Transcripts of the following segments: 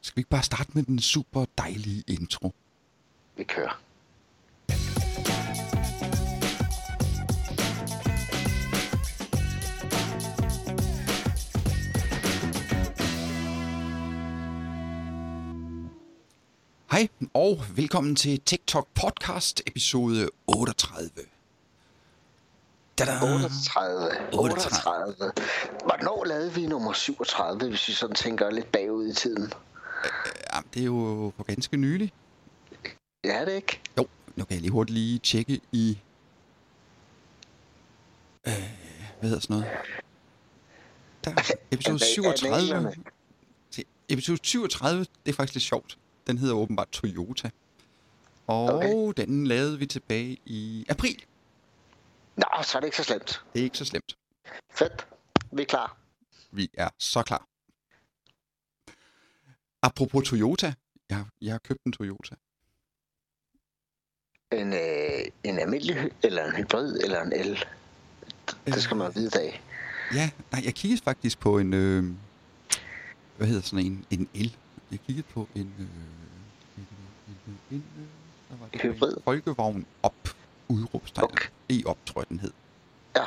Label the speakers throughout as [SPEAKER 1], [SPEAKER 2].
[SPEAKER 1] Skal vi ikke bare starte med den super dejlige intro?
[SPEAKER 2] Vi kører.
[SPEAKER 1] Hej, og velkommen til TikTok podcast episode 38. Da-da!
[SPEAKER 2] 38. 38. Hvornår lavede vi nummer 37, hvis vi sådan tænker lidt bagud i tiden?
[SPEAKER 1] Ja, det er jo for ganske nylig.
[SPEAKER 2] Ja, er det ikke?
[SPEAKER 1] Jo, nu kan jeg lige hurtigt lige tjekke i... Øh, hvad hedder sådan noget? Der, episode
[SPEAKER 2] Ana-
[SPEAKER 1] 37.
[SPEAKER 2] analerne.
[SPEAKER 1] Se, Episode 37, det er faktisk lidt sjovt. Den hedder åbenbart Toyota. Og okay.
[SPEAKER 2] Okay.
[SPEAKER 1] den lavede vi tilbage i april.
[SPEAKER 2] Nå, så er det ikke så slemt.
[SPEAKER 1] Det er ikke så slemt.
[SPEAKER 2] Fedt. Vi er klar.
[SPEAKER 1] Vi er så klar. Apropos Toyota. Jeg, har- jeg har købt en Toyota.
[SPEAKER 2] En, øh, en almindelig, hy- eller en hybrid, eller en el. Det skal man vide i dag.
[SPEAKER 1] Ja, nej, jeg kiggede faktisk på en... Øh, hvad hedder sådan en? En el. Jeg kiggede på en... Øh, en, en, en, en, øh, der var det
[SPEAKER 2] Hybrid.
[SPEAKER 1] en Folkevogn op. Udråbstegn. Okay.
[SPEAKER 2] Okay.
[SPEAKER 1] E-op, tror jeg, den hed.
[SPEAKER 2] Ja,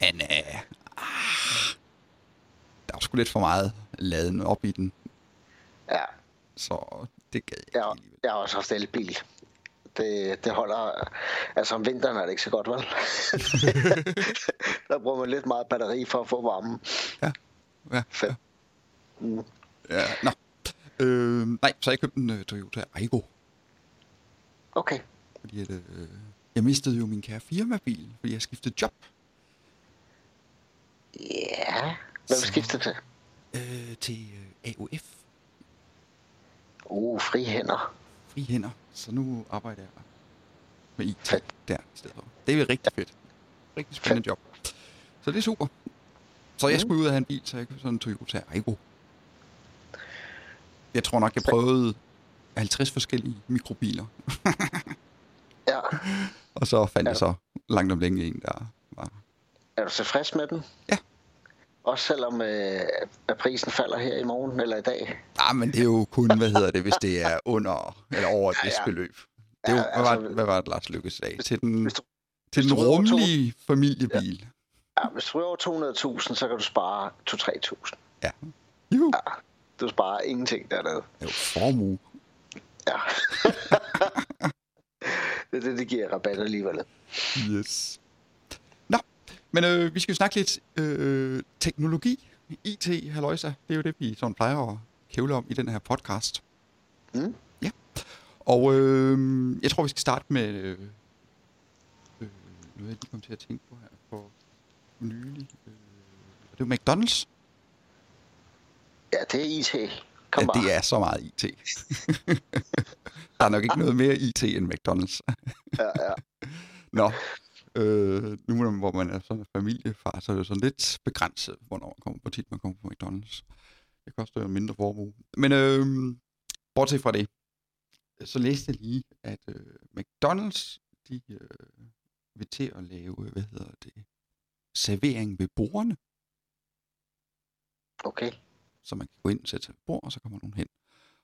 [SPEAKER 1] Men øh, ah, der var sgu lidt for meget laden op i den.
[SPEAKER 2] ja.
[SPEAKER 1] Så det gad jeg ikke
[SPEAKER 2] Jeg,
[SPEAKER 1] alligevel.
[SPEAKER 2] jeg har også haft elbil. Det, det holder... Altså om vinteren er det ikke så godt, vel? der bruger man lidt meget batteri for at få varmen.
[SPEAKER 1] Ja,
[SPEAKER 2] Fedt.
[SPEAKER 1] ja.
[SPEAKER 2] Mm.
[SPEAKER 1] Ja, nå. Øh, nej, så jeg købte en øh, Toyota Aygo,
[SPEAKER 2] Okay.
[SPEAKER 1] fordi at, øh, jeg mistede jo min kære firmabil, fordi jeg skiftede job
[SPEAKER 2] Ja. Hvem
[SPEAKER 1] Så-
[SPEAKER 2] skifter til?
[SPEAKER 1] øh, til øh, AOF,
[SPEAKER 2] Uh, frihænder.
[SPEAKER 1] frihænder, så nu arbejder jeg med IT
[SPEAKER 2] Fedt.
[SPEAKER 1] der i stedet for. Det er jo rigtig fedt. Rigtig spændende job. Så det er super. Så jeg
[SPEAKER 2] Mm.
[SPEAKER 1] skulle ud og have en bil, så jeg købte sådan en Toyota Aygo. Jeg tror nok, jeg prøvede 50 forskellige mikrobiler,
[SPEAKER 2] Ja.
[SPEAKER 1] og så fandt
[SPEAKER 2] Ja.
[SPEAKER 1] jeg så langt om længe en, der var
[SPEAKER 2] Er du tilfreds med den?
[SPEAKER 1] Ja.
[SPEAKER 2] Også selvom øh, at prisen falder her i morgen eller i dag?
[SPEAKER 1] Nej, Ah, men det er jo kun, hvad hedder det, hvis det er under eller over et
[SPEAKER 2] Ja,
[SPEAKER 1] vist
[SPEAKER 2] ja.
[SPEAKER 1] beløb. Det er jo,
[SPEAKER 2] Ja,
[SPEAKER 1] hvad, var,
[SPEAKER 2] altså-
[SPEAKER 1] hvad var det, Lars Lykke sagde? Til den,
[SPEAKER 2] hvis du-
[SPEAKER 1] til
[SPEAKER 2] hvis
[SPEAKER 1] den
[SPEAKER 2] du ryger over to-
[SPEAKER 1] rummelige familiebil.
[SPEAKER 2] Ja, hvis du er over 200.000, så kan du spare 2-3.000.
[SPEAKER 1] Ja. Jo,
[SPEAKER 2] Ja. Du sparer ingenting dernede.
[SPEAKER 1] det er jo formue.
[SPEAKER 2] Ja. det er det, det giver rabat alligevel.
[SPEAKER 1] Yes. Nå, men øh, vi skal jo snakke lidt øh, teknologi. IT, halløjsa, det er jo det, vi sådan plejer at kævle om i den her podcast.
[SPEAKER 2] Mm.
[SPEAKER 1] Ja. Og øh, jeg tror, vi skal starte med øh, øh, noget, jeg lige kom til at tænke på her for nylig. Øh, og det er jo McDonald's.
[SPEAKER 2] Ja, det er IT. Kom
[SPEAKER 1] ja,
[SPEAKER 2] bare.
[SPEAKER 1] det er så meget IT. der er nok ikke noget mere IT end McDonald's.
[SPEAKER 2] Ja, ja.
[SPEAKER 1] Nå, øh, nu når man- hvor man er sådan en familiefar, så er det jo sådan lidt begrænset, hvornår man kommer, hvor tit man kommer på McDonald's. Det koster jo en mindre formue. Men øh, bortset fra det, så læste jeg lige, at øh, McDonald's, de øh, vil til at lave, hvad hedder det, servering ved bordene,
[SPEAKER 2] Okay.
[SPEAKER 1] så man kan gå ind, sætte sig ved bord, og så kommer nogen hen.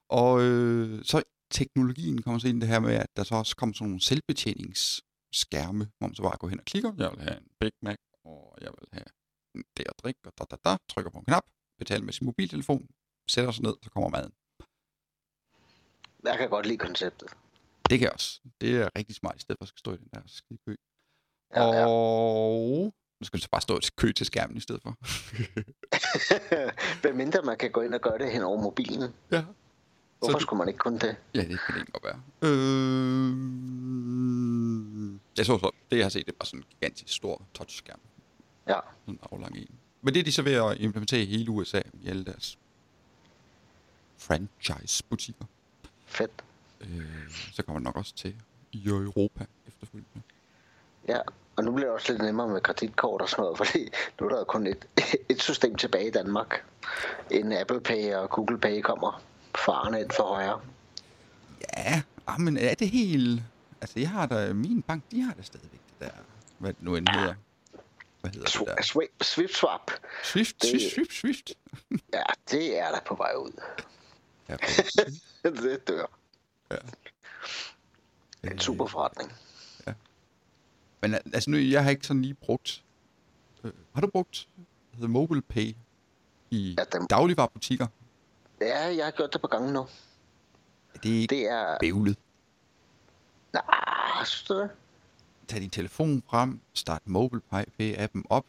[SPEAKER 1] Og øh, så teknologien kommer så ind i det her med, at der så også kommer sådan nogle selvbetjeningsskærme, hvor man så bare går hen og klikker. Jeg vil have en Big Mac, og jeg vil have en der drik, og da, da, da, trykker på en knap, betaler med sin mobiltelefon, sætter sig ned, så kommer maden.
[SPEAKER 2] Jeg kan godt lide konceptet.
[SPEAKER 1] Det kan jeg også. Det er rigtig smart, i stedet for at skal stå i den der skide kø.
[SPEAKER 2] Ja, ja.
[SPEAKER 1] Og nu skal du så bare stå i kø til skærmen i stedet for.
[SPEAKER 2] Hvem mindre man kan gå ind og gøre det hen over mobilen.
[SPEAKER 1] ja.
[SPEAKER 2] Hvorfor
[SPEAKER 1] du-
[SPEAKER 2] skulle man ikke kunne det?
[SPEAKER 1] Ja, det kan det ikke godt være. Øh... Jeg så så, det jeg har set, det var sådan en gigantisk stor touchskærm.
[SPEAKER 2] Ja.
[SPEAKER 1] Sådan en aflang en. Men det er de så ved at implementere i hele USA, i alle deres franchise-butikker.
[SPEAKER 2] Fedt.
[SPEAKER 1] Øh, så kommer det nok også til i Europa efterfølgende.
[SPEAKER 2] Ja, og nu bliver det også lidt nemmere med kreditkort og sådan noget, fordi nu er der jo kun et, et system tilbage i Danmark, inden Apple Pay og Google Pay kommer farne ind for højre.
[SPEAKER 1] Ja, ah, men er det helt... Altså, jeg har da... Min bank, de har da stadigvæk det der... Hvad det nu end hedder. Hvad hedder det der?
[SPEAKER 2] Sw- Swift Swap,
[SPEAKER 1] Swift,
[SPEAKER 2] altså, det-
[SPEAKER 1] Swift, Swift, Swift.
[SPEAKER 2] ja, det er der på vej ud.
[SPEAKER 1] Ja,
[SPEAKER 2] det dør.
[SPEAKER 1] øh,
[SPEAKER 2] En super forretning.
[SPEAKER 1] Men al- altså nu, jeg har ikke sådan lige brugt... Øh, har du brugt The Mobile Pay i
[SPEAKER 2] Ja, dem,
[SPEAKER 1] dagligvarerbutikker?
[SPEAKER 2] ja, jeg har gjort det på gangen nu.
[SPEAKER 1] Det er ikke
[SPEAKER 2] Det er...
[SPEAKER 1] bævlet.
[SPEAKER 2] Nej, synes du det?
[SPEAKER 1] Tag din telefon frem, start Mobile Pay-appen op.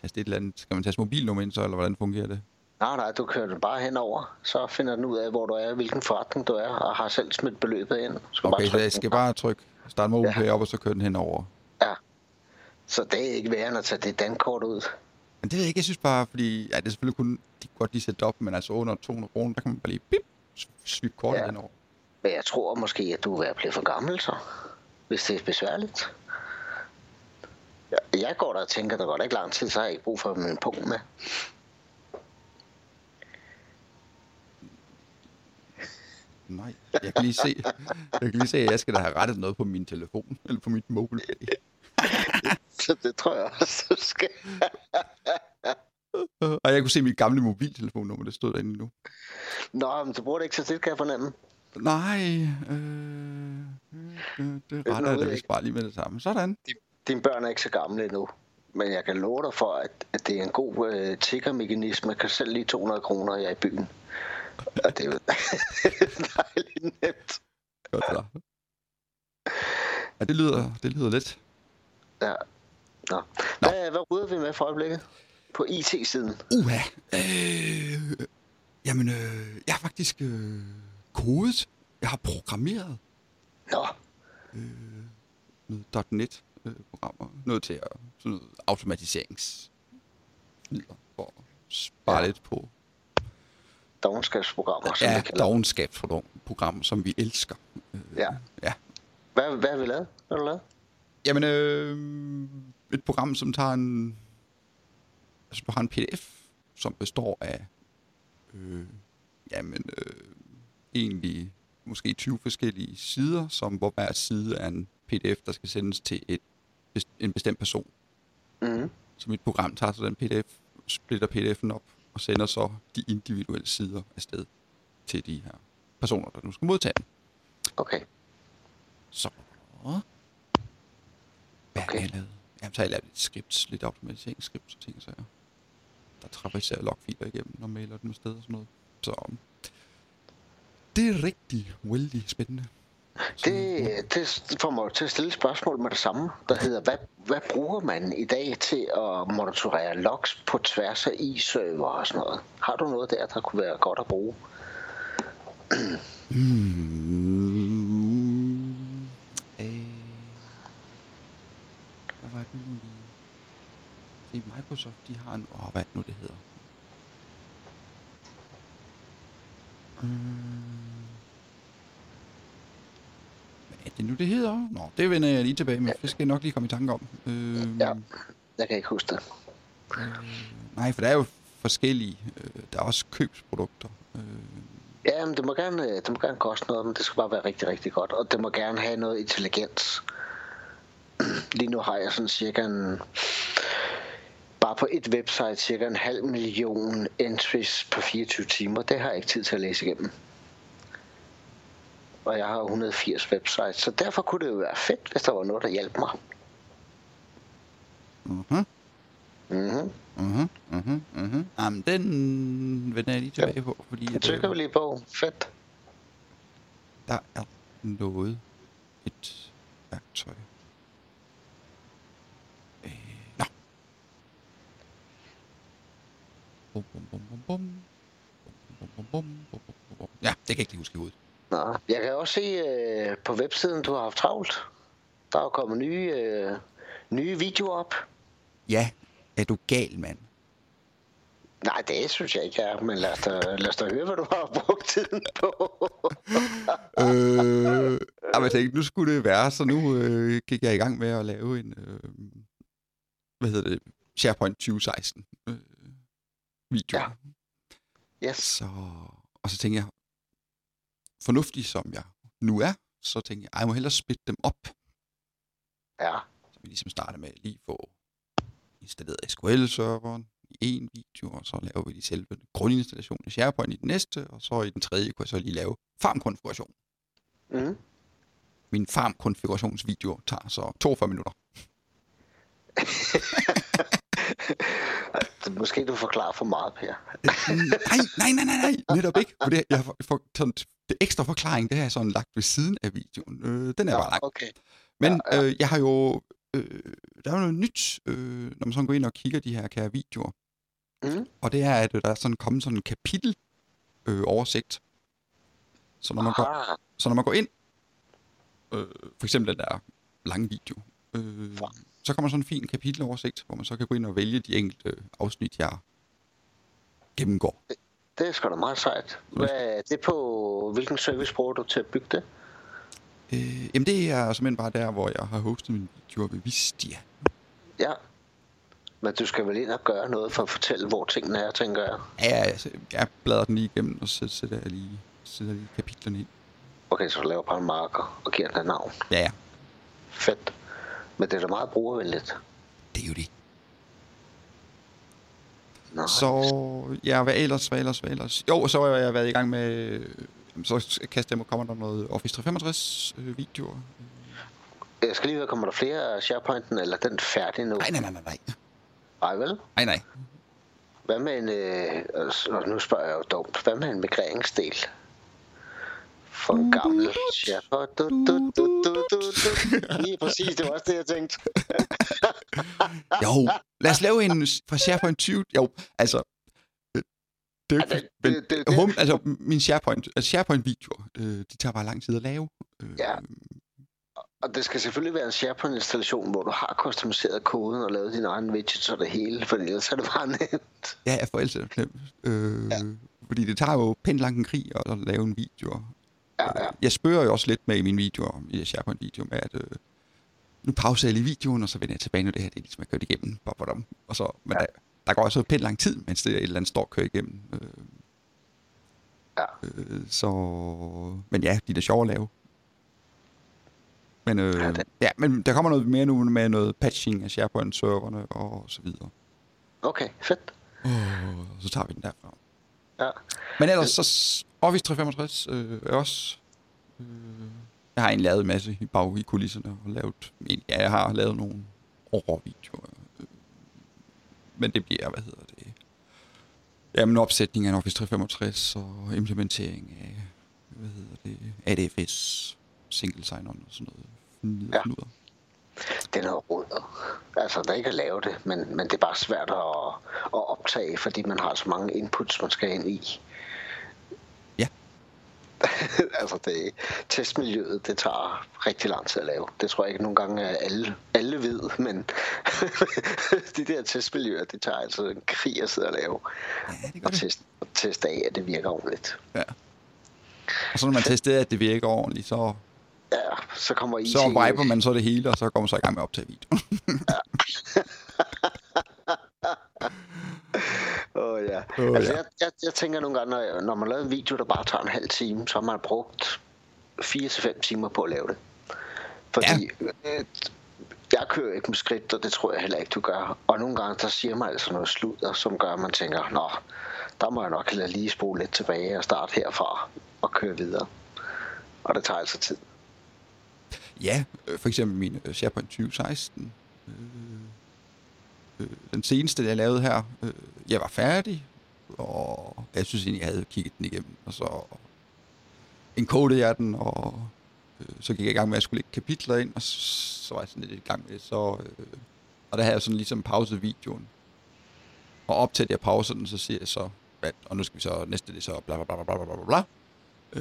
[SPEAKER 1] Tast et eller andet. Skal man taste mobilnummer ind så, eller hvordan fungerer det?
[SPEAKER 2] Nej, nej, du kører den bare henover. Så finder den ud af, hvor du er, hvilken forretning du er, og har selv smidt beløbet ind. Du Skal
[SPEAKER 1] Okay, så
[SPEAKER 2] trykke
[SPEAKER 1] jeg
[SPEAKER 2] den.
[SPEAKER 1] skal bare trykke start Mobile
[SPEAKER 2] Ja.
[SPEAKER 1] Pay op, og så køre den henover.
[SPEAKER 2] Så det er ikke værre end at tage det dankort ud.
[SPEAKER 1] Men det ved jeg ikke, jeg synes bare, fordi ja, det er selvfølgelig kun, de kan godt lige sætte det op, men altså under 200 kroner, der kan man bare lige bip, svippe kortet ja.
[SPEAKER 2] Ja.
[SPEAKER 1] henover.
[SPEAKER 2] Men jeg tror måske, at du er ved at blive for gammel, så. Hvis det er besværligt. Ja, Jeg går der og tænker, der går da ikke lang tid, så har jeg ikke brug for min punkt med.
[SPEAKER 1] Nej, jeg kan lige se, jeg kan lige se, at jeg skal da have rettet noget på min telefon, eller på mit mobile pay.
[SPEAKER 2] Så det tror jeg også, du skal.
[SPEAKER 1] Og jeg kunne se mit gamle mobiltelefonnummer, det stod derinde nu.
[SPEAKER 2] Nå, men du bruger det ikke så tit, kan jeg fornemme.
[SPEAKER 1] Nej, øh, øh, det
[SPEAKER 2] nåede
[SPEAKER 1] retter jeg da
[SPEAKER 2] jeg
[SPEAKER 1] vist
[SPEAKER 2] ikke.
[SPEAKER 1] bare lige med det samme. Sådan.
[SPEAKER 2] Dine børn er ikke så gamle endnu. Men jeg kan love dig for, at, at det er en god øh, tiggermekanisme. Jeg kan selv lige 200 kroner, jeg er i byen. Og det er jo dejligt nemt.
[SPEAKER 1] Godt så. Ja, det lyder, det lyder let.
[SPEAKER 2] Ja. Nå. Hvad, hvad rydder vi med for øjeblikket? På IT-siden.
[SPEAKER 1] Uha. Øh, jamen, øh, jeg har faktisk øh, kodet. Jeg har programmeret
[SPEAKER 2] Nå,
[SPEAKER 1] noget .NET-programmer. Noget øh, til at, sådan noget automatiseringsmidler for at spare ja. lidt på
[SPEAKER 2] dogenskabsprogrammer, som ja,
[SPEAKER 1] ja,
[SPEAKER 2] vi kalder
[SPEAKER 1] dogenskabsprogram, som vi elsker.
[SPEAKER 2] det. Ja.
[SPEAKER 1] Ja.
[SPEAKER 2] Hvad, hvad har vi lavet? Hvad har du lavet?
[SPEAKER 1] Jamen, øh, et program, som tager en, altså, har en pdf, som består af, øh, jamen, øh, egentlig måske 20 forskellige sider, som hvor hver side er en pdf, der skal sendes til et, bes- en bestemt person.
[SPEAKER 2] Mm-hmm.
[SPEAKER 1] Så mit program tager så den pdf, splitter pdf'en op og sender så de individuelle sider afsted til de her personer, der nu skal modtage den.
[SPEAKER 2] Okay.
[SPEAKER 1] Så. Hvad okay.
[SPEAKER 2] Okay.
[SPEAKER 1] har jeg lavet? Jamen, så har jeg lavet et skript, lidt automatiseringsskript, så tænker jeg, så jeg. Der traverserer jeg logfiler igennem og mailer dem afsted og sådan noget. Så um, det er rigtig vældig spændende. Så,
[SPEAKER 2] Det, det får mig til at stille et spørgsmål med det samme, der hedder, hvad, hvad bruger man i dag til at monitorere logs på tværs af i-server og sådan noget? Har du noget der, der kunne være godt at bruge?
[SPEAKER 1] Øh. Mm, øh, hvad var det nu lige? Det er Microsoft, de har en... Åh, hvad er det nu, det hedder? Mm. Hvad er det nu, det hedder? Nå, det vender jeg lige tilbage med. Det skal jeg nok lige komme i tanke om. Øh,
[SPEAKER 2] Ja. Jeg kan ikke huske det.
[SPEAKER 1] Nej, for der er jo forskellige. Øh, der er også købsprodukter. Øh,
[SPEAKER 2] Ja, men det må, gerne, øh, det må gerne koste noget, men det skal bare være rigtig, rigtig godt. Og det må gerne have noget intelligens. Lige nu har jeg sådan cirka en, bare på et website cirka en halv million entries på 24 timer. Det har jeg ikke tid til at læse igennem. Og jeg har 180 websites, så derfor kunne det jo være fedt, hvis der var noget, der hjalp mig.
[SPEAKER 1] uh-huh.
[SPEAKER 2] Mm-hmm.
[SPEAKER 1] Mhm, mhm, mhm. Jamen, den vender jeg lige tilbage på, fordi
[SPEAKER 2] Det
[SPEAKER 1] at,
[SPEAKER 2] trykker vi
[SPEAKER 1] øh,
[SPEAKER 2] lige på. Fedt.
[SPEAKER 1] der er noget. Et værktøj. Øh, nå. Bum, bum, bum, bum, bum. Bum, bum, bum, bum, bum, bum, bum, bum. Ja, det kan jeg ikke lige huske i hovedet.
[SPEAKER 2] Nå, jeg kan også se øh, på websiden, du har haft travlt. Der er jo kommet nye, øh, nye videoer op.
[SPEAKER 1] Ja, er du gal, mand?
[SPEAKER 2] Nej, det synes jeg ikke, jeg er, men lad os, da, lad os da høre, hvad du har brugt tiden på.
[SPEAKER 1] øh, jamen, jeg tænkte, nu skulle det være, så nu øh, gik jeg i gang med at lave en, øh, hvad hedder det, SharePoint 2016 øh, video.
[SPEAKER 2] Ja. Yes.
[SPEAKER 1] Så, og så tænkte jeg, fornuftig som jeg nu er, så tænkte jeg, "Ej, jeg må hellere splitte dem op,
[SPEAKER 2] Ja,
[SPEAKER 1] så vi ligesom starter med at lige få installeret SQL-serveren, i en video, og så laver vi lige selve grundinstallationen i SharePoint i den næste, og så i den tredje kunne jeg så lige lave farmkonfiguration.
[SPEAKER 2] Mm.
[SPEAKER 1] Min farmkonfigurationsvideo tager så 42 minutter.
[SPEAKER 2] Måske du forklarer for meget, Per.
[SPEAKER 1] Mm, nej, nej, nej, nej, nej, netop ikke. For det, jeg har for, for, sådan, det ekstra forklaring, det har jeg sådan lagt ved siden af videoen. Øh, den er bare lang.
[SPEAKER 2] okay.
[SPEAKER 1] Men øh, jeg har jo... Øh, der er jo noget nyt, øh, når man sådan går ind og kigger de her kære videoer.
[SPEAKER 2] Mm.
[SPEAKER 1] Og det er, at øh, der er sådan kommet sådan en kapitel øh, oversigt. Så når, man går,
[SPEAKER 2] Aha.
[SPEAKER 1] så når man går ind, øh, for eksempel den der lange video, øh,
[SPEAKER 2] Ja.
[SPEAKER 1] så kommer sådan en fin kapiteloversigt, hvor man så kan gå ind og vælge de enkelte afsnit, jeg gennemgår.
[SPEAKER 2] Det er sgu da meget sejt. Hvad er det på, hvilken service bruger du til at bygge det?
[SPEAKER 1] Øh, jamen det er simpelthen bare der, hvor jeg har hostet mine videoer ved Vistia.
[SPEAKER 2] Ja. Men du skal vel ind og gøre noget for at fortælle, hvor tingene er, tænker jeg.
[SPEAKER 1] Ja, ja, jeg, jeg bladrer den lige igennem, og så sætter jeg lige, sætter lige kapitlerne ind.
[SPEAKER 2] Okay, så laver bare en marker og giver den et navn.
[SPEAKER 1] Ja, ja,
[SPEAKER 2] Fedt. Men det er da meget brugervenligt.
[SPEAKER 1] det er jo det.
[SPEAKER 2] Nej.
[SPEAKER 1] Så ja, hvad ellers, hvad ellers, hvad ellers? Jo, så har jeg været i gang med, øh, så kaster jeg mig, kommer der noget Office 365 øh, videoer.
[SPEAKER 2] Jeg skal lige høre, kommer der flere af SharePoint'en, eller er den færdig nu?
[SPEAKER 1] Nej, nej, nej, nej, nej.
[SPEAKER 2] Ej, vel?
[SPEAKER 1] Nej, nej.
[SPEAKER 2] Hvad med en... Øh, altså, nå, nu spørger jeg jo dumt. Hvad med en migreringsdel? For en gammel SharePoint. Du, du, du, du, du, du. Lige præcis, det var også det, jeg tænkte.
[SPEAKER 1] Jo, lad os lave en s- fra SharePoint 20. Jo, altså, øh, det er jo
[SPEAKER 2] Ej,
[SPEAKER 1] ikke,
[SPEAKER 2] det-
[SPEAKER 1] men,
[SPEAKER 2] det- det- det-
[SPEAKER 1] hum, altså, min SharePoint, altså SharePoint-videoer, øh, de tager bare lang tid at lave. Øh,
[SPEAKER 2] Ja. Og det skal selvfølgelig være en SharePoint-installation, hvor du har customiseret koden og lavet dine egne widgets og det hele, for ellers er det bare nemt.
[SPEAKER 1] Ja, jeg forældre det nemt. Øh, ja. Fordi det tager jo pænt lang en krig at, at lave en video.
[SPEAKER 2] Ja, ja.
[SPEAKER 1] Jeg spørger jo også lidt med i mine videoer, i SharePoint-video, med at øh, nu pauser jeg lige videoen, og så vender jeg tilbage, når det her det er ligesom, jeg kørt igennem. Bop, bop, bop. Og så, men ja. der, der går også pænt lang tid, mens det et eller andet står og kører igennem. Øh,
[SPEAKER 2] Ja.
[SPEAKER 1] øh, så... Men ja, de er da sjove at lave. Men, øh,
[SPEAKER 2] Ja,
[SPEAKER 1] ja,
[SPEAKER 2] det-
[SPEAKER 1] ja, men der kommer noget mere nu med noget patching af SharePoint-serverne og så videre.
[SPEAKER 2] Okay, fedt.
[SPEAKER 1] Oh, så tager vi den derfra.
[SPEAKER 2] Ja.
[SPEAKER 1] Men ellers så s- Office 365 øh, er også... Øh, jeg har egentlig lavet en masse i bag i kulisserne og lavet... en- Ja, jeg har lavet nogle overvideoer. Øh, men det bliver, hvad hedder det... Jamen opsætning af en Office 365 og implementering af, hvad hedder det, ADFS, single sign-on og sådan noget. Fnider,
[SPEAKER 2] Ja.
[SPEAKER 1] ja. fnider.
[SPEAKER 2] Det er noget råd. Altså, der er ikke at lave det, men, men det er bare svært at, at optage, fordi man har så mange inputs, man skal ind i.
[SPEAKER 1] Ja.
[SPEAKER 2] altså, det, testmiljøet, det tager rigtig lang tid at lave. Det tror jeg ikke nogle gange at alle, alle ved, men de der testmiljøer, det tager altså en krig at sidde og lave.
[SPEAKER 1] ja, det gør
[SPEAKER 2] og
[SPEAKER 1] det.
[SPEAKER 2] teste, og teste af, at det virker ordentligt.
[SPEAKER 1] Ja. Og så når man tester, at det virker ordentligt, så
[SPEAKER 2] Ja, så kommer I
[SPEAKER 1] Så viber man så det hele, og så går man så i gang med at optage videoen.
[SPEAKER 2] Åh, ja.
[SPEAKER 1] Åh,
[SPEAKER 2] altså,
[SPEAKER 1] ja.
[SPEAKER 2] Jeg, jeg, jeg tænker nogle gange, når, jeg- når man laver en video, der bare tager en halv time, så har man brugt 4-5 timer på at lave det. Fordi ja. øh, jeg kører ikke med skridt, og det tror jeg heller ikke, du gør. Og nogle gange, der siger man altså noget sludder, som gør, at man tænker, nå, der må jeg nok hellere lige spole lidt tilbage og starte herfra og køre videre. Og det tager altså tid.
[SPEAKER 1] ja, øh, for eksempel min øh, SharePoint 2016. Øh, øh, den seneste, jeg lavede her, øh, jeg var færdig, og jeg synes egentlig, jeg havde kigget den igennem, og så encodede jeg den, og øh, så gik jeg i gang med, at jeg skulle lægge kapitler ind, og så, så var jeg sådan lidt i gang med det, så, øh, og der havde jeg sådan ligesom pauset videoen. Og op til, at jeg pauser den, så siger jeg så, at, og nu skal vi så, næste det er så bla bla bla bla bla bla bla, bla.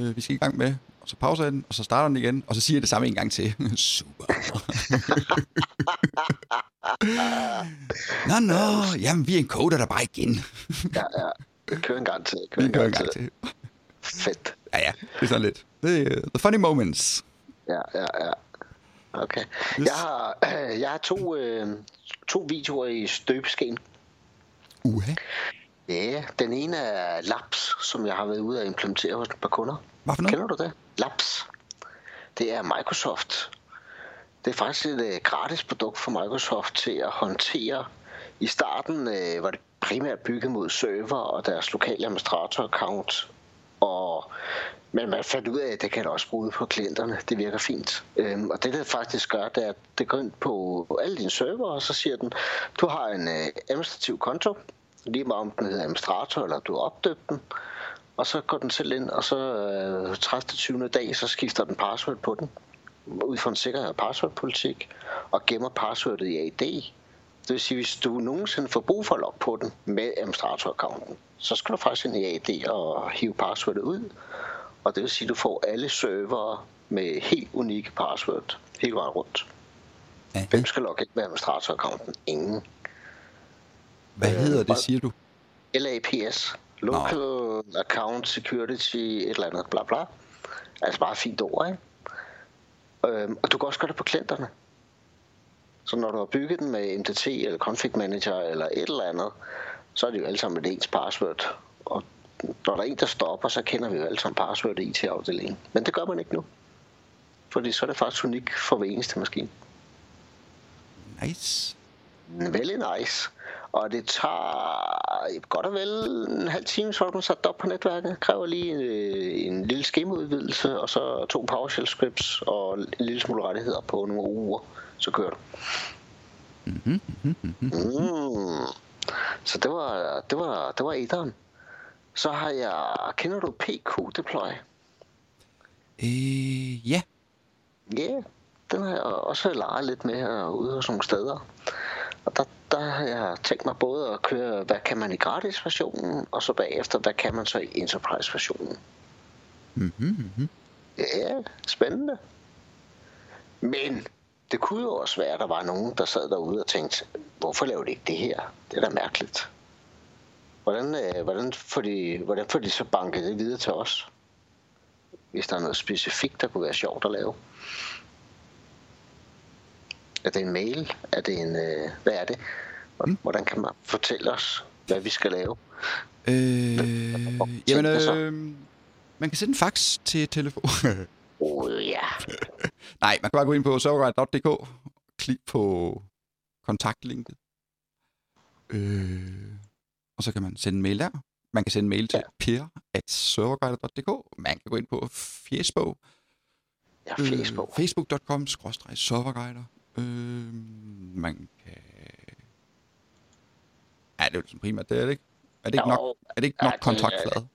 [SPEAKER 1] øh, vi skal i gang med, og så pauser jeg den, og så starter den igen, og så siger jeg det samme en gang til. Super. nå, nå, jamen vi encoder der bare igen.
[SPEAKER 2] Ja, ja. Kør en gang til. Kør
[SPEAKER 1] Vi
[SPEAKER 2] en
[SPEAKER 1] gør en
[SPEAKER 2] gang
[SPEAKER 1] gang
[SPEAKER 2] til.
[SPEAKER 1] til.
[SPEAKER 2] Fedt.
[SPEAKER 1] Ja, ja, det er sådan lidt. Det er uh, the funny moments.
[SPEAKER 2] Ja, ja, ja. Okay.
[SPEAKER 1] Yes.
[SPEAKER 2] Jeg har, jeg har to, øh, to videoer i støbeskeen.
[SPEAKER 1] Uha.
[SPEAKER 2] Ja, den ene er Laps, som jeg har været ude og implementere hos et par kunder.
[SPEAKER 1] Hvad for
[SPEAKER 2] Kender
[SPEAKER 1] noget?
[SPEAKER 2] du det? Laps. Det er Microsoft. Det er faktisk et øh, gratis produkt for Microsoft til at håndtere. I starten øh, var det primært bygget mod server og deres lokale administrator-account. Og, men man fandt ud af, at det kan da også bruge på klienterne. Det virker fint. Øhm, og det, der faktisk gør, det er, at det går ind på alle dine server, og så siger den, du har en øh, administrativ konto, lige meget om den hedder administrator, eller du har opdøbt den. Og så går den selv ind, og så øh, 30. 20. dag, så skifter den password på den ud fra en sikkerhed og passwordpolitik, og gemmer passwordet i AD. Det vil sige, hvis du nogensinde får brug for at logge på den med administrator-accounten, så skal du faktisk ind i AD og hive passwordet ud. Og det vil sige, at du får alle servere med helt unikke password hele vejen rundt.
[SPEAKER 1] Aha.
[SPEAKER 2] Hvem skal logge ind med administrator-accounten? Ingen.
[SPEAKER 1] Hvad hedder det, siger du?
[SPEAKER 2] LAPS, Local Account Security, et eller andet, bla bla. Altså bare et fint ord, ikke? Øhm, og du kan også gøre det på klienterne. Så når du har bygget den med MDT eller Config Manager eller et eller andet, så er det jo alle sammen et ens password. Og når der er en, der stopper, så kender vi jo alle sammen password i IT-afdelingen. Men det gør man ikke nu. Fordi så er det faktisk unik for hver eneste maskine.
[SPEAKER 1] Nice.
[SPEAKER 2] Vældig nice. Og det tager godt og vel en halv time, så er den sat op på netværket. Kræver lige øh, en, en lille skemaudvidelse, og så to PowerShell scripts og en lille smule rettigheder på nogle uger. Så kører det. Mm. Så det var, det var, det var etteren. Så har jeg... Kender du PQ Deploy?
[SPEAKER 1] Øh, ja.
[SPEAKER 2] Ja, yeah, den har jeg også leget lidt med herude hos nogle steder. Og der, der har jeg tænkt mig både at køre, hvad kan man i gratis-versionen, og så bagefter, hvad kan man så i enterprise-versionen.
[SPEAKER 1] Mm-hmm.
[SPEAKER 2] Ja, spændende. Men det kunne jo også være, at der var nogen, der sad derude og tænkte, hvorfor laver de ikke det her? Det er da mærkeligt. Hvordan, øh, hvordan, får, de, hvordan får de så banket det videre til os? Hvis der er noget specifikt, der kunne være sjovt at lave. Er det en mail? Er det en, øh, hvad er det? Hvordan, hvordan kan man fortælle os, hvad vi skal lave?
[SPEAKER 1] Øh, jamen,
[SPEAKER 2] Tænk det så.
[SPEAKER 1] øh, man kan sende en fax til telefon.
[SPEAKER 2] Oh, ja.
[SPEAKER 1] Nej, man kan bare gå ind på serverguide.dk, klik på kontaktlinket, øh, og så kan man sende en mail der. Man kan sende en mail til ja. per at serverguide.dk. Man kan gå ind på Facebook,
[SPEAKER 2] Ja,
[SPEAKER 1] Øh,
[SPEAKER 2] Facebook.
[SPEAKER 1] facebook.com skråstreg serverguider. Øh, man kan... Ja, det er jo ligesom primært det, er det ikke? Er det ikke nok,
[SPEAKER 2] Jo,
[SPEAKER 1] er det ikke
[SPEAKER 2] ja,
[SPEAKER 1] nok
[SPEAKER 2] det er-
[SPEAKER 1] kontaktflade?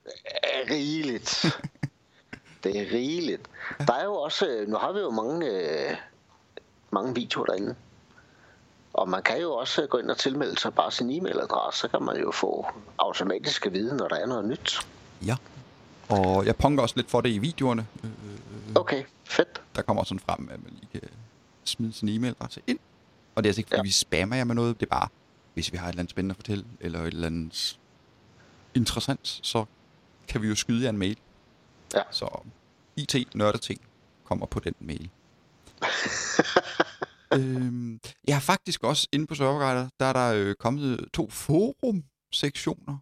[SPEAKER 2] er rigeligt. det er rigeligt. Der er jo også, øh, nu har vi jo mange, øh, mange videoer derinde. Og man kan jo også gå ind og tilmelde sig bare sin e-mailadresse, så kan man jo få automatisk at vide, når der er noget nyt.
[SPEAKER 1] Ja. Og jeg punker også lidt for det i videoerne. Øh,
[SPEAKER 2] Okay, fedt.
[SPEAKER 1] der kommer sådan frem, at man lige kan smide sin e-mailadresse ind. Og det er altså ikke, fordi ja. vi spammer jer med noget. Det er bare, hvis vi har et eller andet spændende at fortælle, eller et eller andet interessant, så kan vi jo skyde jer en mail.
[SPEAKER 2] Ja.
[SPEAKER 1] Så IT-nørdeting kommer på den mail. øhm, jeg har faktisk også inde på serverguider, der er der øh, kommet to forum-sektioner.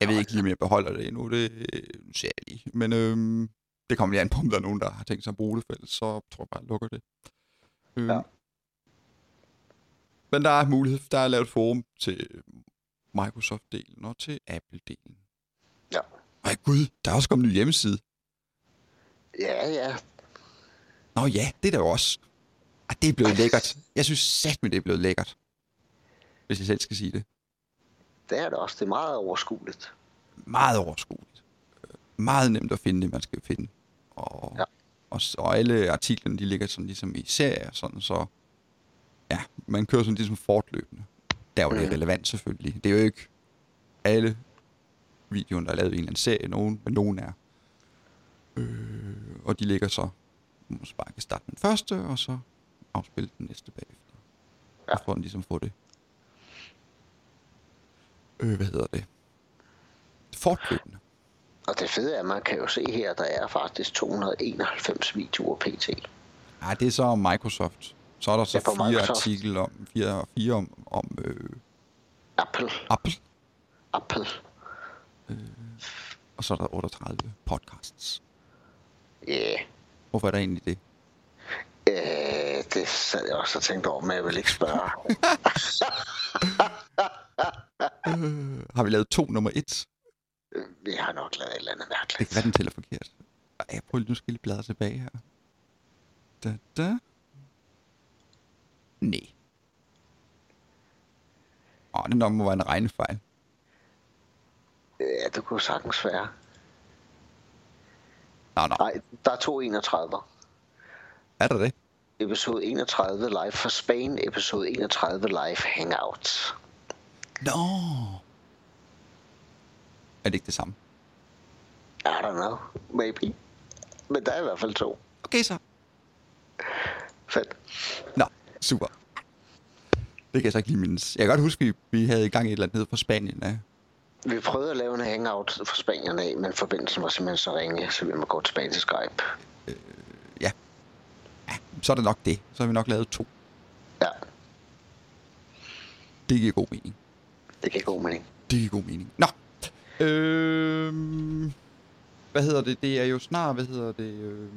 [SPEAKER 1] Jeg ved ikke lige, om jeg beholder det endnu, det øh, nu ser jeg lige. Men øhm, det kommer lige an på, om der er nogen, der har tænkt sig at bruge det, for ellers så tror jeg bare, jeg lukker det. Øhm,
[SPEAKER 2] Ja.
[SPEAKER 1] Men der er mulighed, der er lavet et forum til Microsoft-delen og til Apple-delen.
[SPEAKER 2] Ja.
[SPEAKER 1] Ej gud, der er også kommet en ny hjemmeside.
[SPEAKER 2] Ja, ja.
[SPEAKER 1] Nå ja, det er der jo også. Ej, det er blevet lækkert. Jeg synes satme, det er blevet lækkert. Hvis jeg selv skal sige det.
[SPEAKER 2] Det er det også. Det er meget overskueligt.
[SPEAKER 1] Meget overskueligt. Øh, Meget nemt at finde det, man skal finde. Og, ja.
[SPEAKER 2] Ja.
[SPEAKER 1] og, s- og alle artiklerne, de ligger sådan ligesom i serier, sådan så... Ja, man kører sådan ligesom fortløbende. Der er jo det
[SPEAKER 2] Mhm.
[SPEAKER 1] relevant selvfølgelig. Det er jo ikke alle videoer, der er lavet i en eller anden serie, nogen, men nogen er. Øh, og de ligger så, man måske bare kan starte den første, og så afspille den næste bagefter. Ja.
[SPEAKER 2] Ja.
[SPEAKER 1] Og så den ligesom få det. Øh, hvad hedder det? Fortløbende.
[SPEAKER 2] Og det fede er, at man kan jo se her, der er faktisk 291 videoer pt.
[SPEAKER 1] Nej, det er så om Microsoft. Så er der så
[SPEAKER 2] Ja, på
[SPEAKER 1] fire
[SPEAKER 2] Microsoft.
[SPEAKER 1] artikler om, fire, fire om, om øh,
[SPEAKER 2] Apple,
[SPEAKER 1] Apple,
[SPEAKER 2] Apple.
[SPEAKER 1] og så er der 38 podcasts.
[SPEAKER 2] Ja. Yeah.
[SPEAKER 1] Hvorfor er der egentlig det?
[SPEAKER 2] Øh, det sad jeg også og tænkte over, men jeg vil ikke spørge.
[SPEAKER 1] øh, har vi lavet to nummer et?
[SPEAKER 2] Vi har nok lavet et eller andet
[SPEAKER 1] Det
[SPEAKER 2] mærkeligt.
[SPEAKER 1] kan være, den tæller forkert. Ej, jeg prøver lige, nu skal jeg lige bladre tilbage her. Da, da. Nej. Åh, det nok må være en regnefejl.
[SPEAKER 2] Ja, det kunne sagtens være.
[SPEAKER 1] Nå, nå,
[SPEAKER 2] Nej, der er to 31.
[SPEAKER 1] er der det?
[SPEAKER 2] Episode 31 live fra Spanien, episode 31 live hangout.
[SPEAKER 1] Nå. Er det ikke det samme?
[SPEAKER 2] I don't know, maybe. Men der er i hvert fald to.
[SPEAKER 1] Okay så.
[SPEAKER 2] Fedt.
[SPEAKER 1] Nå, super. Det kan jeg så ikke lige mindes. Jeg kan godt huske, vi, vi havde i gang et eller andet nede fra Spanien. Ja.
[SPEAKER 2] Vi prøvede at lave en hangout for Spanien af, men forbindelsen var simpelthen så ringe, så vi må gå tilbage til Skype.
[SPEAKER 1] ja. Ja, så er det nok det. Så har vi nok lavet to.
[SPEAKER 2] Ja,
[SPEAKER 1] Det giver god mening.
[SPEAKER 2] det giver god mening.
[SPEAKER 1] Det giver god mening. Nå. Øhm, hvad hedder det? Det er jo snart, hvad hedder det, øh,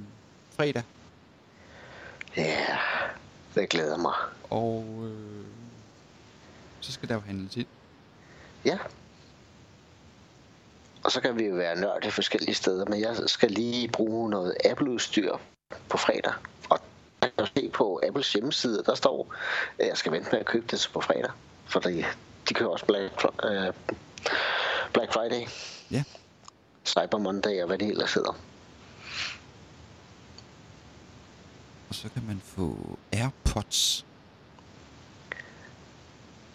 [SPEAKER 1] fredag.
[SPEAKER 2] Ja, yeah, det glæder mig.
[SPEAKER 1] Og øh, så skal der jo handles ind.
[SPEAKER 2] Ja. Og så kan vi jo være nørde forskellige steder, men jeg skal lige bruge noget Apple-udstyr på fredag. Og jeg kan jo se på Apples hjemmeside, der står, at jeg skal vente med at købe det til på fredag. For de, de kører også Black, Fri- øh, Black Friday,
[SPEAKER 1] Ja.
[SPEAKER 2] Cyber Monday og hvad det ellers hedder.
[SPEAKER 1] Og så kan man få AirPods.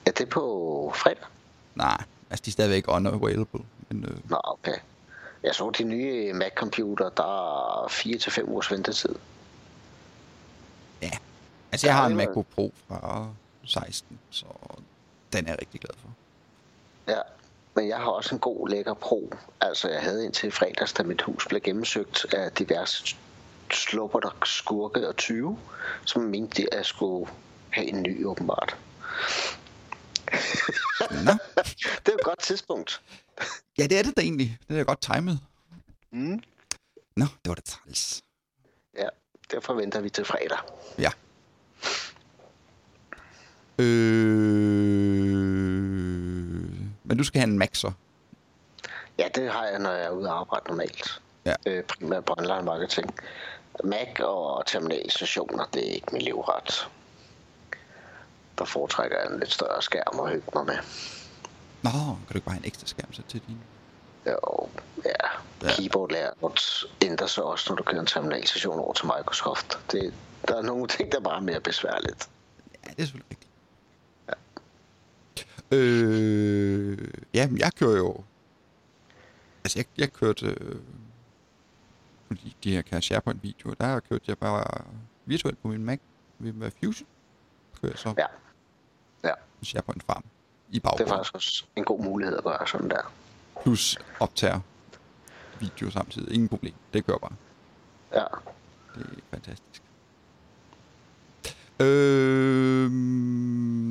[SPEAKER 2] Er det på fredag?
[SPEAKER 1] Nej, altså de er stadigvæk unavailable. Men øh,
[SPEAKER 2] Nå, okay. Jeg så de nye Mac-computer, der er 4-5 ugers ventetid.
[SPEAKER 1] ja. Altså jeg har en
[SPEAKER 2] Ja, det var-
[SPEAKER 1] MacBook Pro fra 16, så den er jeg rigtig glad for.
[SPEAKER 2] Ja, men jeg har også en god lækker pro. Altså, jeg havde indtil i fredags, da mit hus blev gennemsøgt af diverse slupper, der skurke og 20, som mente, at jeg skulle have en ny, åbenbart.
[SPEAKER 1] Nå.
[SPEAKER 2] Det er et godt tidspunkt.
[SPEAKER 1] Ja, det er det da egentlig. Det er da godt timet.
[SPEAKER 2] Mm.
[SPEAKER 1] Nå, det var da træls.
[SPEAKER 2] Ja, derfor venter vi til fredag.
[SPEAKER 1] Ja. Øh... Men du skal have en Mac så.
[SPEAKER 2] Ja, det har jeg, når jeg er ude og arbejde normalt.
[SPEAKER 1] Ja.
[SPEAKER 2] Øh, primært på online marketing. Mac og terminalstationer, det er ikke min livret. Der foretrækker jeg en lidt større skærm og hygge mig med.
[SPEAKER 1] Nå, kan du ikke bare have en ekstra skærm så til din?
[SPEAKER 2] Jo, ja.
[SPEAKER 1] Ja.
[SPEAKER 2] ja. Keyboard layout ændrer sig også, når du kører en terminalstation over til Microsoft. Det, der er nogle ting, der bare er mere besværligt.
[SPEAKER 1] Ja, det er selvfølgelig rigtigt. Ja. Øh... Jamen, jeg kører jo... Altså, jeg, jeg kørte... Øh... Fordi de her kan jeg share på en video. Der kørte jeg bare virtuelt på min Mac med Fusion. Kører jeg så ja.
[SPEAKER 2] Ja. Ja,
[SPEAKER 1] share på en farm i
[SPEAKER 2] det er
[SPEAKER 1] baggrunden.
[SPEAKER 2] faktisk også en god mulighed at gøre sådan der.
[SPEAKER 1] plus optager video samtidig. Ingen problem. Det kører bare.
[SPEAKER 2] Ja,
[SPEAKER 1] Det er fantastisk. Øh,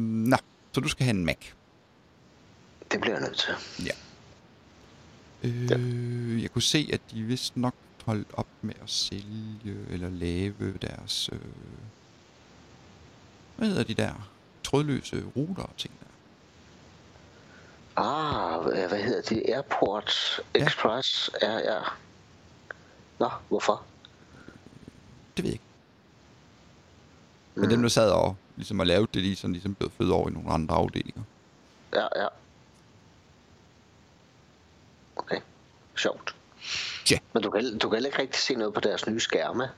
[SPEAKER 1] nå, så du skal have en Mac.
[SPEAKER 2] det bliver jeg nødt til.
[SPEAKER 1] Ja. Øh, jeg kunne se, at de vist nok holdt op med at sælge eller lave deres... Øh, hvad hedder de der? Trådløse router og ting der.
[SPEAKER 2] Ah, hvad hvad hedder det? Airport
[SPEAKER 1] Ja.
[SPEAKER 2] Express ja. ja. Nå, hvorfor?
[SPEAKER 1] Det ved jeg ikke. Men dem, der sad og, ligesom og lavede det, de er sådan ligesom blevet født over i nogle andre afdelinger.
[SPEAKER 2] Ja, ja. Okay, sjovt.
[SPEAKER 1] Ja.
[SPEAKER 2] Men du kan, du kan heller ikke rigtig se noget på deres nye skærme.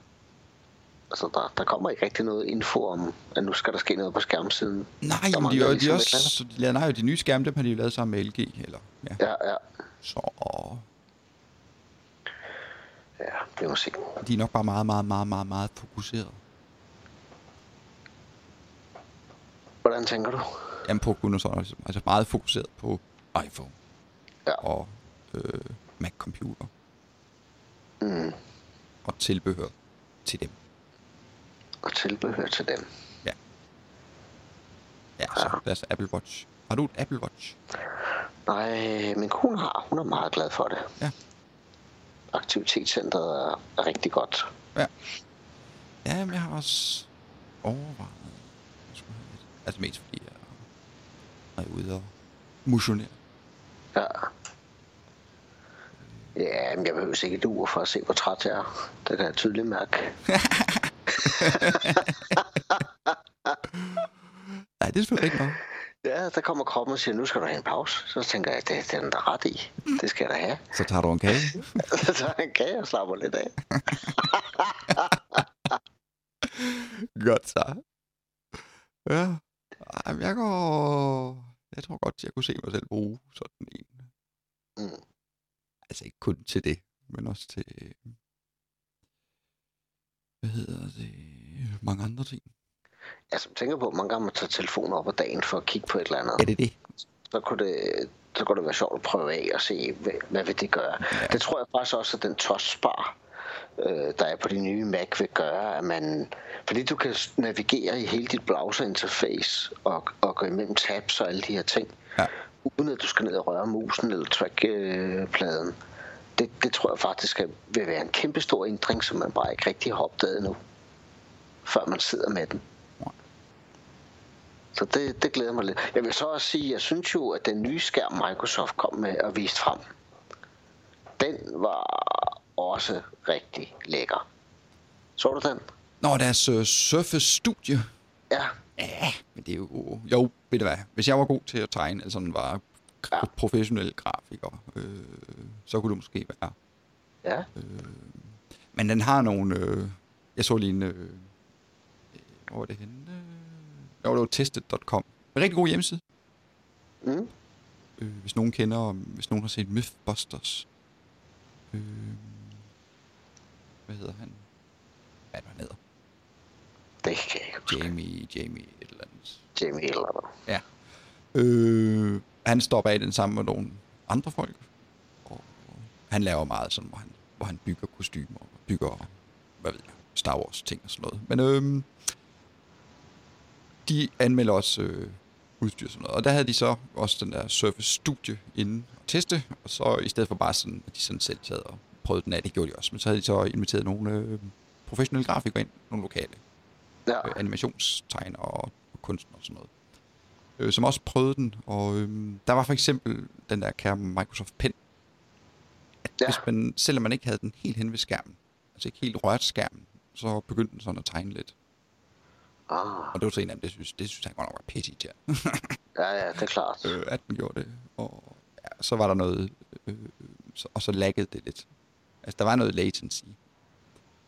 [SPEAKER 2] Altså, der, der kommer ikke rigtig noget info om, at nu skal der ske noget på skærmsiden.
[SPEAKER 1] Nej,
[SPEAKER 2] Der
[SPEAKER 1] men de,
[SPEAKER 2] mangler
[SPEAKER 1] er- de,
[SPEAKER 2] ligesom
[SPEAKER 1] er
[SPEAKER 2] et
[SPEAKER 1] også, så de, lavede, nej, de nye skærme, dem har de jo lavet sammen med LG, eller, ja,
[SPEAKER 2] eller andet. Ja, ja.
[SPEAKER 1] så
[SPEAKER 2] Ja, det må se.
[SPEAKER 1] de er nok bare meget, meget, meget, meget, meget fokuseret.
[SPEAKER 2] Hvordan tænker du?
[SPEAKER 1] Jamen på kun og sådan, altså- altså meget fokuseret på iPhone
[SPEAKER 2] Ja.
[SPEAKER 1] og øh, Mac-computer
[SPEAKER 2] Mm,
[SPEAKER 1] og tilbehør til dem.
[SPEAKER 2] og tilbehør til dem.
[SPEAKER 1] Ja, så deres Apple Watch. Har du et Apple Watch?
[SPEAKER 2] Nej, min kone har. Hun er meget glad for det.
[SPEAKER 1] Ja.
[SPEAKER 2] Aktivitetscenteret er, er rigtig godt.
[SPEAKER 1] Ja. Ja, men jeg har også overvejet. at jeg skulle have et. Altså mest fordi jeg er ude og motionere.
[SPEAKER 2] Ja. Ja, men jeg behøver ikke et ur for at se, hvor træt jeg er. Det kan jeg tydeligt mærke.
[SPEAKER 1] Nej, det er selvfølgelig rigtigt nok.
[SPEAKER 2] Ja, der kommer kroppen og siger, nu skal du have en pause. Så tænker jeg, det, det er den der ret i. Det skal jeg da have.
[SPEAKER 1] Så tager du en kage.
[SPEAKER 2] Så tager jeg en kage og slapper lidt af.
[SPEAKER 1] Godt så. Ja. Ej, men jeg går... Jeg tror godt, jeg kunne se mig selv bruge sådan en.
[SPEAKER 2] Mm.
[SPEAKER 1] Altså ikke kun til det, men også til... øh, Hvad hedder det? Mange andre ting.
[SPEAKER 2] Altså, jeg tænker på, hvor mange gange man tager telefonen op ad dagen for at kigge på et eller andet.
[SPEAKER 1] det det?
[SPEAKER 2] så kunne det, så kunne det være sjovt at prøve af og se, hvad, hvad vil det gøre. Ja. Det tror jeg faktisk også, at den touchbar, øh, der er på de nye Mac, vil gøre, at man... Fordi du kan s- navigere i hele dit browserinterface og, og gå imellem tabs og alle de her ting,
[SPEAKER 1] Ja.
[SPEAKER 2] uden at du skal ned og røre musen eller trackpladen. Øh, pladen. det, det tror jeg faktisk at vil være en kæmpe stor ændring, som man bare ikke rigtig har opdaget endnu, før man sidder med den. Så det, det glæder mig lidt. Jeg vil så også sige, jeg synes jo, at den nye skærm, Microsoft kom med og viste frem, den var også rigtig lækker. Så du den?
[SPEAKER 1] Nå, deres uh, Surface Studio.
[SPEAKER 2] Ja,
[SPEAKER 1] Ja, men det er jo... Jo, ved du hvad? Hvis jeg var god til at tegne, altså sådan var
[SPEAKER 2] Ja.
[SPEAKER 1] ja. professionel grafiker, øh, så kunne det måske være.
[SPEAKER 2] ja.
[SPEAKER 1] Men den har nogle... Øh, jeg så lige en... Øh, hvor var det henne? Øh, Jo, det var tested.com. En rigtig god hjemmeside.
[SPEAKER 2] Mm.
[SPEAKER 1] Øh, hvis nogen kender, hvis nogen har set Mythbusters. Øh, hvad hedder han? Hvad er det, han hedder?
[SPEAKER 2] Det kan jeg ikke huske.
[SPEAKER 1] Jamie, Jamie et eller andet.
[SPEAKER 2] Jamie eller noget.
[SPEAKER 1] Ja. Øh, han står bag den sammen med nogle andre folk. Og han laver meget sådan, hvor han, hvor han bygger kostymer og bygger, hvad ved jeg, Star Wars ting og sådan noget. Men øhm, de anmelder også øh, udstyr og sådan noget. Og der havde de så også den der Surface Studio inde og teste. Og så i stedet for bare sådan, at de sådan selv sad og prøvede den af, det gjorde de også. Men så havde de så inviteret nogle øh, professionelle grafikere ind, nogle lokale
[SPEAKER 2] Ja.
[SPEAKER 1] øh, animationstegner og, og kunstner og sådan noget, øh, som også prøvede den. Og øh, der var for eksempel den der kære Microsoft Pen. At ja.
[SPEAKER 2] Ja.
[SPEAKER 1] hvis man, selvom man ikke havde den helt hen ved skærmen, altså ikke helt rørt skærmen, så begyndte den sådan at tegne lidt.
[SPEAKER 2] Ah,
[SPEAKER 1] Og det var så en af dem, det synes, det synes han godt nok var pisse til,
[SPEAKER 2] ja, ja, det er klart.
[SPEAKER 1] øh, at den gjorde det. Og ja, så var der noget, øh, så, og så laggede det lidt. Altså, der var noget latency.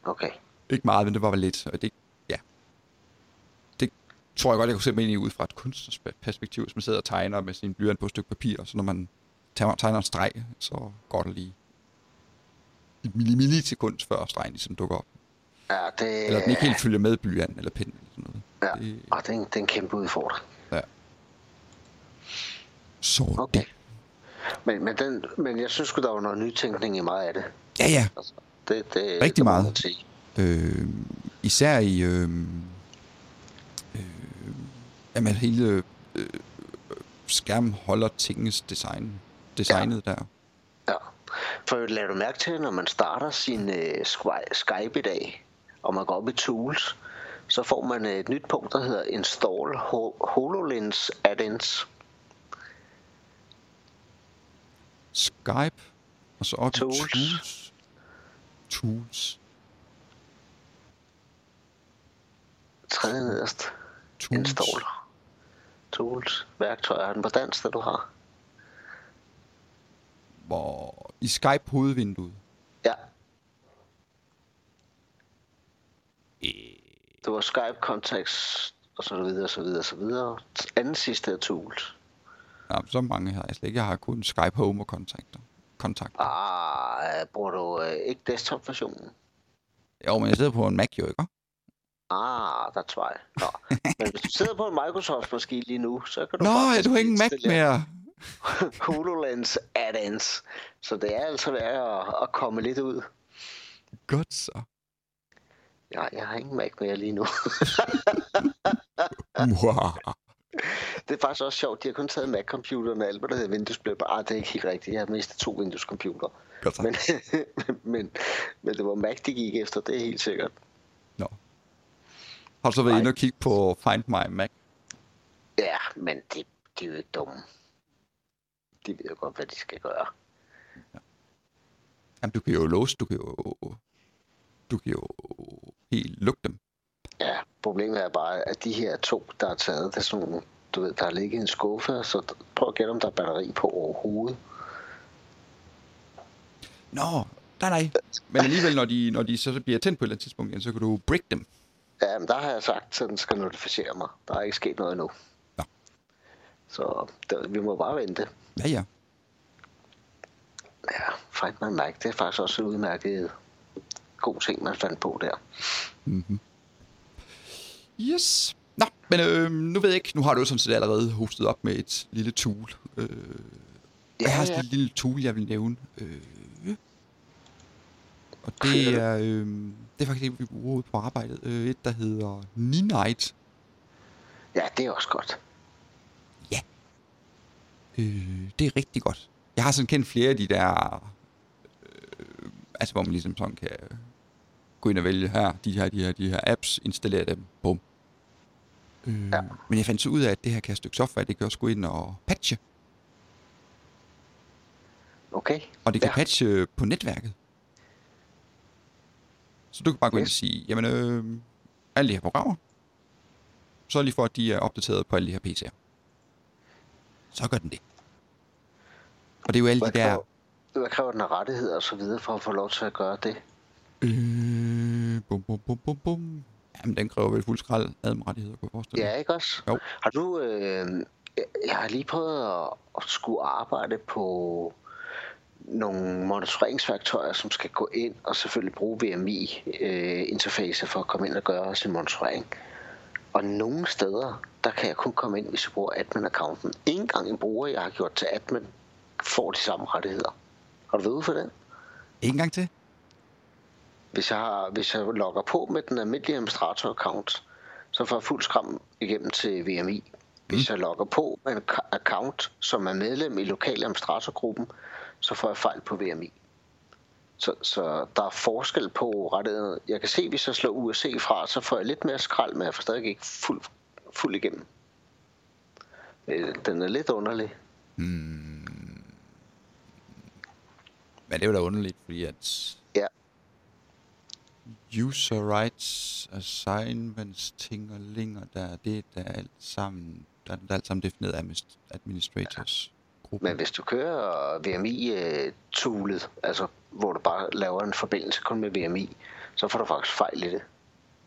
[SPEAKER 2] Okay.
[SPEAKER 1] Ikke meget, men det var vel lidt. Og det, ja. Det tror jeg godt, jeg kunne se mig ind i ud fra et kunstnerperspektiv, hvis man sidder og tegner med sin blyant på et stykke papir, og så når man tager- tegner en streg, så går der lige et milli- millisekund før stregen ligesom dukker op.
[SPEAKER 2] Ja, det,
[SPEAKER 1] Eller den ikke helt Øh. følger med blyanten eller pinden eller sådan noget.
[SPEAKER 2] ja.
[SPEAKER 1] det-
[SPEAKER 2] Ah, det, er en, det er en kæmpe udfordring.
[SPEAKER 1] Så
[SPEAKER 2] Okay.
[SPEAKER 1] okay. det.
[SPEAKER 2] Men, men, den, men jeg synes sgu, der var noget nytænkning i meget af det.
[SPEAKER 1] Ja, ja.
[SPEAKER 2] Altså, det, det
[SPEAKER 1] Rigtig
[SPEAKER 2] det må
[SPEAKER 1] meget.
[SPEAKER 2] man sige.
[SPEAKER 1] Øh, især i... Øh, øh, jamen hele øh, skærmen holder tingens design, designet ja. der.
[SPEAKER 2] Ja. For lader du mærke til, når man starter sin øh, Sky- Skype i dag, og man går op i Tools, så får man øh, et nyt punkt, der hedder Install Ho- HoloLens Add-ins.
[SPEAKER 1] Skype, og så op
[SPEAKER 2] Tools.
[SPEAKER 1] i Tools. Tools.
[SPEAKER 2] Tredje nederst.
[SPEAKER 1] Tools.
[SPEAKER 2] Install. Tools. Værktøjer. Er den på dansk, det du har?
[SPEAKER 1] Hvor, I Skype hovedvinduet.
[SPEAKER 2] Ja.
[SPEAKER 1] Øh.
[SPEAKER 2] Det var Skype Contacts, og så videre, og så videre, og så videre. Anden sidste er Tools.
[SPEAKER 1] Nej, så mange har jeg slet ikke. Jeg har kun Skype Home og kontakter. Kontakter. Ah.
[SPEAKER 2] Ah, øh, bruger du øh, ikke desktop-versionen?
[SPEAKER 1] Jo, men jeg sidder på en Mac jo, ikke?
[SPEAKER 2] Ah, that's why. Nå. Men hvis du sidder på en Microsoft-maskine lige nu, så kan du
[SPEAKER 1] Nå,
[SPEAKER 2] faktisk
[SPEAKER 1] ja, du har ikke en Mac
[SPEAKER 2] installere
[SPEAKER 1] mere.
[SPEAKER 2] HoloLens add-ins. Så det er altså værd at, at komme lidt ud.
[SPEAKER 1] Godt så.
[SPEAKER 2] Nej, jeg har ingen Mac mere lige nu.
[SPEAKER 1] Muah.
[SPEAKER 2] Det er faktisk også sjovt, de har kun taget Mac-computeren og alt, hvad der hedder Windows blev bare, ah, det er ikke helt rigtigt, jeg har mistet to Windows-computere.
[SPEAKER 1] Godt så.
[SPEAKER 2] Men, men, men det var Mac, de gik efter, det er helt sikkert.
[SPEAKER 1] Nå. Har du så været
[SPEAKER 2] Nej.
[SPEAKER 1] inde og kigge på Find My Mac?
[SPEAKER 2] Ja, men de, de er jo ikke dumme. de ved jo godt, hvad de skal gøre.
[SPEAKER 1] Jamen, du kan jo låse, du kan jo, du kan jo helt lukke dem.
[SPEAKER 2] Ja, problemet er bare, at de her to, der er taget, det er sådan nogle, du ved, der har ligget i en skuffe, så d- prøv at gætte, om der er batteri på overhovedet.
[SPEAKER 1] Nå, nej, nej. Men alligevel, når de, når de så bliver tændt på et eller andet tidspunkt, igen, så kan du break dem.
[SPEAKER 2] Ja, men der har jeg sagt, at den skal notificere mig. Der er ikke sket noget endnu.
[SPEAKER 1] Nå.
[SPEAKER 2] Så der, vi må bare vente.
[SPEAKER 1] Ja, ja.
[SPEAKER 2] Ja, find my mic, det er faktisk også en udmærket god ting, man fandt på der.
[SPEAKER 1] Mm-hmm. Yes. Nå, men øh, nu ved jeg ikke, nu har du jo sådan set allerede hostet op med et lille tool. Øh, ja, jeg har også ja. et lille tool, jeg vil nævne. Øh, og det
[SPEAKER 2] Kører
[SPEAKER 1] er, øh, det er faktisk det, vi bruger ude på arbejdet. Øh, et, der hedder Ninite.
[SPEAKER 2] ja, det er også godt.
[SPEAKER 1] Øh, det er rigtig godt. Jeg har sådan kendt flere af de der... Øh, altså, hvor man ligesom sådan kan gå ind og vælge her, de her, de her, de her apps, installere dem, bum. Øh, ja.
[SPEAKER 2] Ja.
[SPEAKER 1] Men jeg fandt så ud af, at det her kan stykke software, det kan også gå ind og patche.
[SPEAKER 2] Okay?
[SPEAKER 1] Og det kan ja.
[SPEAKER 2] Ja.
[SPEAKER 1] patche på netværket. Så du kan bare gå yes. ind og
[SPEAKER 2] Yes.
[SPEAKER 1] sige, jamen, øh, alle de her programmer, så lige for, at de er opdateret på alle de her PC'er. Så gør den det. Og det er jo alle
[SPEAKER 2] Hvad
[SPEAKER 1] de der...
[SPEAKER 2] kræver, hvad kræver den af rettigheder og så videre for at få lov til at gøre det?
[SPEAKER 1] Øh, bum, bum, bum, bum, bum. Jamen, den kræver vel fuld skrald admrettigheder, kunne jeg forestille mig.
[SPEAKER 2] Ja, ikke også?
[SPEAKER 1] Jo.
[SPEAKER 2] Har du... Øh, jeg- jeg har lige prøvet at, at skulle arbejde på nogle monitoreringsværktøjer, som skal gå ind og selvfølgelig bruge VMI-interface øh, for at komme ind og gøre sin monitorering. Og nogle steder, der kan jeg kun komme ind, hvis jeg bruger admin-accounten. Ingen gang en bruger, jeg har gjort til admin, får de samme rettigheder. Har du været ude for den?
[SPEAKER 1] Ikke engang til?
[SPEAKER 2] hvis jeg, har, hvis jeg logger på med den almindelige administrator-account, så får jeg fuld skram igennem til VMI. Hvis jeg logger på med en ka- account, som er medlem i lokal administratorgruppen, så får jeg fejl på VMI. Så, så der er forskel på rettigheder. Jeg kan se, hvis jeg slår USC fra, så får jeg lidt mere skrald, men jeg får stadig ikke fuld, fuld igennem. Øh, Den er lidt underlig.
[SPEAKER 1] Men det er jo da underligt, fordi at
[SPEAKER 2] Ja,
[SPEAKER 1] user rights, assignments, ting og linger, der er det, der er alt sammen, der, der er alt sammen defineret af admis- administrators gruppe.
[SPEAKER 2] Men hvis du kører VMI-toolet, øh, altså hvor du bare laver en forbindelse kun med VMI, så får du faktisk fejl i det.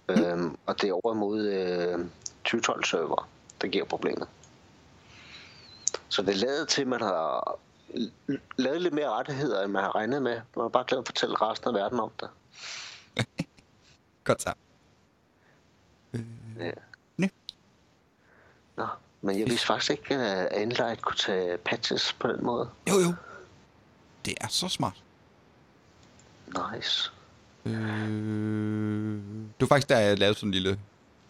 [SPEAKER 2] Mm. Øhm, og det er over mod øh, 2012-server, der giver problemet. Så det lader til, at man har l- l- lavet lidt mere rettigheder, end man har regnet med. Man har bare glemt at fortælle resten af verden om det.
[SPEAKER 1] Godt så.
[SPEAKER 2] Ja.
[SPEAKER 1] Nå.
[SPEAKER 2] Nå, men jeg vidste faktisk ikke, at Enlight kunne tage patches på den måde.
[SPEAKER 1] Jo, jo. Det er så smart.
[SPEAKER 2] Nice.
[SPEAKER 1] Øh, det var faktisk der, jeg lavede sådan en lille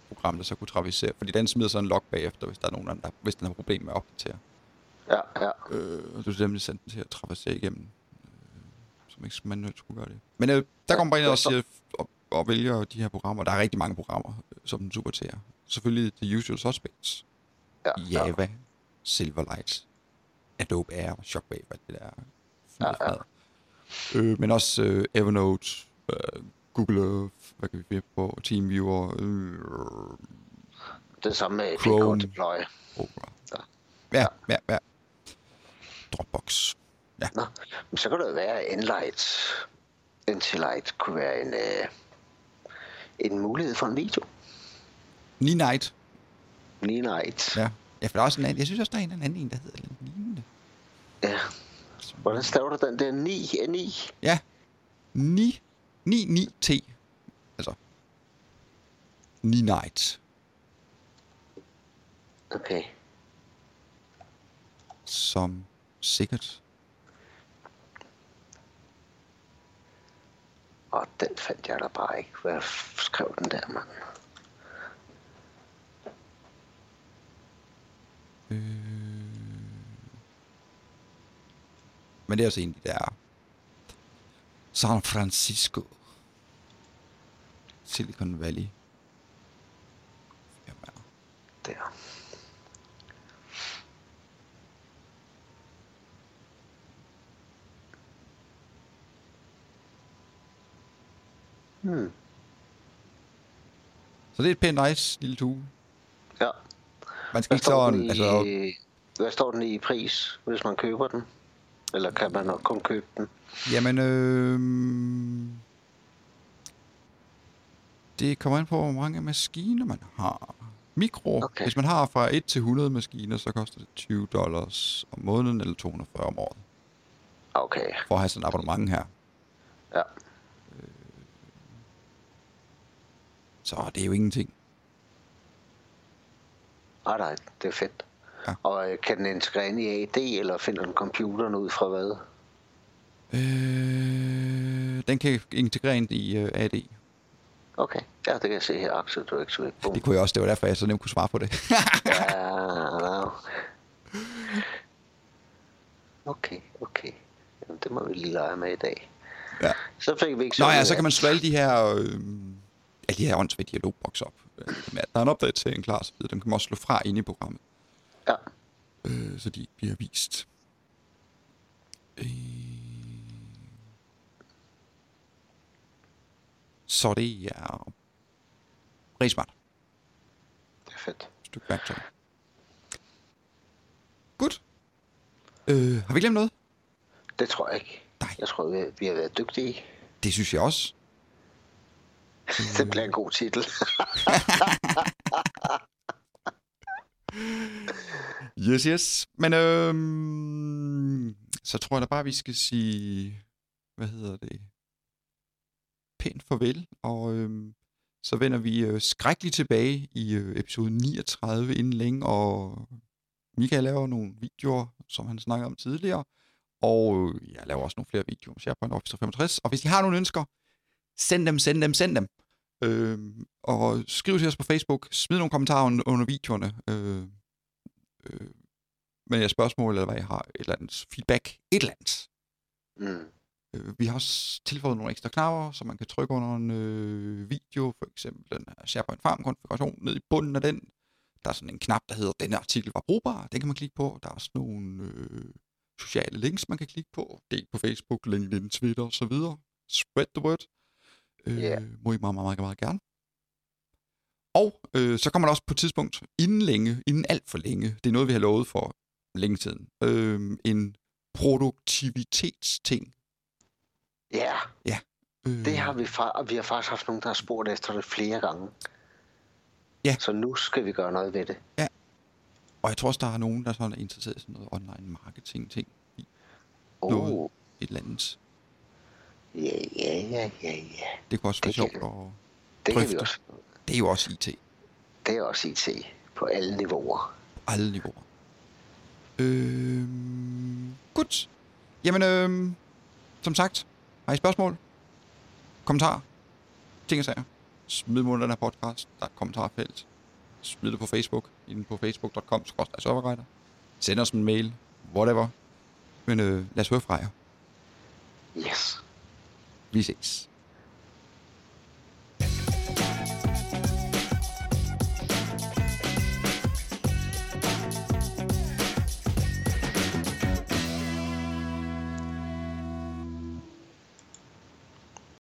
[SPEAKER 1] program, der så kunne traversere, fordi den smider sådan en log bagefter, hvis der er nogen, anden, der, hvis den har problemer med at opdatere.
[SPEAKER 2] Ja, ja.
[SPEAKER 1] Øh, og du nemlig sendte den til at traversere igennem, øh, som ikke manuelt skulle gøre det. Men øh, der kommer bare ind og, siger, og, og vælger de her programmer. Der er rigtig mange programmer, øh, som den super til Selvfølgelig The Usual Suspects, Ah.
[SPEAKER 2] ja, ja.
[SPEAKER 1] Java, Silverlight, Adobe Air, Shockwave, og det der. Ja, ja. Øh, men også øh, Evernote, øh, Google Earth, hvad kan vi finde på, TeamViewer, øh,
[SPEAKER 2] Det samme med
[SPEAKER 1] Chrome.
[SPEAKER 2] BK Deploy.
[SPEAKER 1] Opera.
[SPEAKER 2] Ja.
[SPEAKER 1] Ja, ja, ja. Dropbox.
[SPEAKER 2] Nå, men så kan det jo være, at Enlight, Entilight kunne være en, øh, en mulighed for en video.
[SPEAKER 1] Ni Night.
[SPEAKER 2] Lige night. Ja.
[SPEAKER 1] Ja. ja, for der er også en anden. Jeg synes også, der er en eller anden en, der hedder lidt lignende.
[SPEAKER 2] ja. Hvordan staver du den der 9? N9?
[SPEAKER 1] Ja. 9. 9, 9 T. Altså. Ni Night.
[SPEAKER 2] Okay.
[SPEAKER 1] Som sikkert.
[SPEAKER 2] Og den fandt jeg da bare ikke. Hvad f- skrev den der, mand?
[SPEAKER 1] Men det er også en af de der. San Francisco. Silicon Valley. altså. Firmaer.
[SPEAKER 2] Der. Hmm.
[SPEAKER 1] Så det er et pænt nice lille tue.
[SPEAKER 2] Ja.
[SPEAKER 1] Man skal
[SPEAKER 2] Hvad
[SPEAKER 1] ikke
[SPEAKER 2] står,
[SPEAKER 1] sådan,
[SPEAKER 2] den i,
[SPEAKER 1] altså,
[SPEAKER 2] hvad står den i pris, hvis man køber den? Eller kan man nok kun købe den?
[SPEAKER 1] jamen, øh, det kommer an på, hvor mange maskiner man har. Mikro, okay.
[SPEAKER 2] Okay.
[SPEAKER 1] hvis man har fra 1 til 100 maskiner, så koster det 20 dollars om måneden, eller 240 om året,
[SPEAKER 2] Okay,
[SPEAKER 1] for at have sådan et abonnement her.
[SPEAKER 2] ja.
[SPEAKER 1] Så det er jo ingenting.
[SPEAKER 2] Ah, nej, det er fedt.
[SPEAKER 1] Ja.
[SPEAKER 2] Ja. Og øh, kan den integrere ind i AD, eller finder den computeren ud fra hvad?
[SPEAKER 1] Øh, den kan integrere ind i øh, AD.
[SPEAKER 2] Okay, ja, det kan jeg se her, Axel, du er ikke så vidt. Bum.
[SPEAKER 1] Det kunne jeg også, det var derfor, jeg så nemt kunne svare på det.
[SPEAKER 2] Ja, no. Okay, okay. Jamen, det må vi lige lege med i dag.
[SPEAKER 1] ja.
[SPEAKER 2] Så fik vi ikke
[SPEAKER 1] Nå ja,
[SPEAKER 2] meget
[SPEAKER 1] så kan
[SPEAKER 2] af-
[SPEAKER 1] man slå alle de her, øh, alle de her åndsvage dialogbokser op. Øh, med, at Der er en opdatering klar, og så videre. Dem kan man også slå fra inde i programmet,
[SPEAKER 2] Ja,
[SPEAKER 1] øh, så de ikke bliver vist. Øh. Så det er rigtig smart
[SPEAKER 2] det er fedt.
[SPEAKER 1] stykke værktøj. Godt. Øh, har vi glemt noget?
[SPEAKER 2] Det tror jeg ikke.
[SPEAKER 1] Nej.
[SPEAKER 2] Jeg tror, vi, vi har været dygtige.
[SPEAKER 1] Det synes jeg også. Mm.
[SPEAKER 2] det bliver en god titel.
[SPEAKER 1] Yes, yes. Men øhm, så tror jeg da bare, vi skal sige, hvad hedder det, pænt farvel, og øhm, så vender vi øh, skrækkeligt tilbage i øh, episode 39 inden længe, og Michael laver nogle videoer, som han snakkede om tidligere, og øh, jeg laver også nogle flere videoer om SharePoint Office 65, og hvis I har nogle ønsker, send dem, send dem, send dem. Øhm, og skriv til os på Facebook, smid nogle kommentarer under, under videoerne, øh, øh, med jeres spørgsmål, eller hvad I har, et eller andet feedback, et eller andet.
[SPEAKER 2] Mm.
[SPEAKER 1] Øh, vi har også tilføjet nogle ekstra knapper, som man kan trykke under en øh, video, for eksempel den her SharePoint Farm konfiguration, ned i bunden af den. Der er sådan en knap, der hedder, denne artikel var brugbar, den kan man klikke på. Der er også nogle øh, sociale links, man kan klikke på. Del på Facebook, LinkedIn, Twitter osv. Spread the word. Øh,
[SPEAKER 2] Ja.
[SPEAKER 1] Må I meget, meget, meget, meget gerne. Og øh, så kommer der også på et tidspunkt, inden længe, inden alt for længe, det er noget, vi har lovet for længe siden, øh, en produktivitetsting.
[SPEAKER 2] Ja,
[SPEAKER 1] Øh,
[SPEAKER 2] det har vi, fa- og vi har faktisk haft nogen, der har spurgt efter det flere gange.
[SPEAKER 1] Ja.
[SPEAKER 2] Så nu skal vi gøre noget ved det.
[SPEAKER 1] Og jeg tror også, der er nogen, der sådan er interesseret i sådan noget online marketing ting.
[SPEAKER 2] Oh,
[SPEAKER 1] Noget. Et eller andet.
[SPEAKER 2] ja, ja, ja, ja, ja.
[SPEAKER 1] Det kunne også være
[SPEAKER 2] Det
[SPEAKER 1] sjovt.
[SPEAKER 2] kan-
[SPEAKER 1] Og
[SPEAKER 2] Det kan vi
[SPEAKER 1] Drøfte.
[SPEAKER 2] også.
[SPEAKER 1] det er jo også IT.
[SPEAKER 2] Det er også IT på alle niveauer.
[SPEAKER 1] På alle niveauer. Øhm, godt. Jamen, øhm, som sagt, har I spørgsmål? Kommentarer? Ting og sager? Smid mod den her podcast. Der er et kommentarfelt. Smid det på Facebook. Inden på facebook.com. Serverguider. Send os en mail. Whatever. Men øh, lad os høre fra jer.
[SPEAKER 2] Yes.
[SPEAKER 1] Vi ses.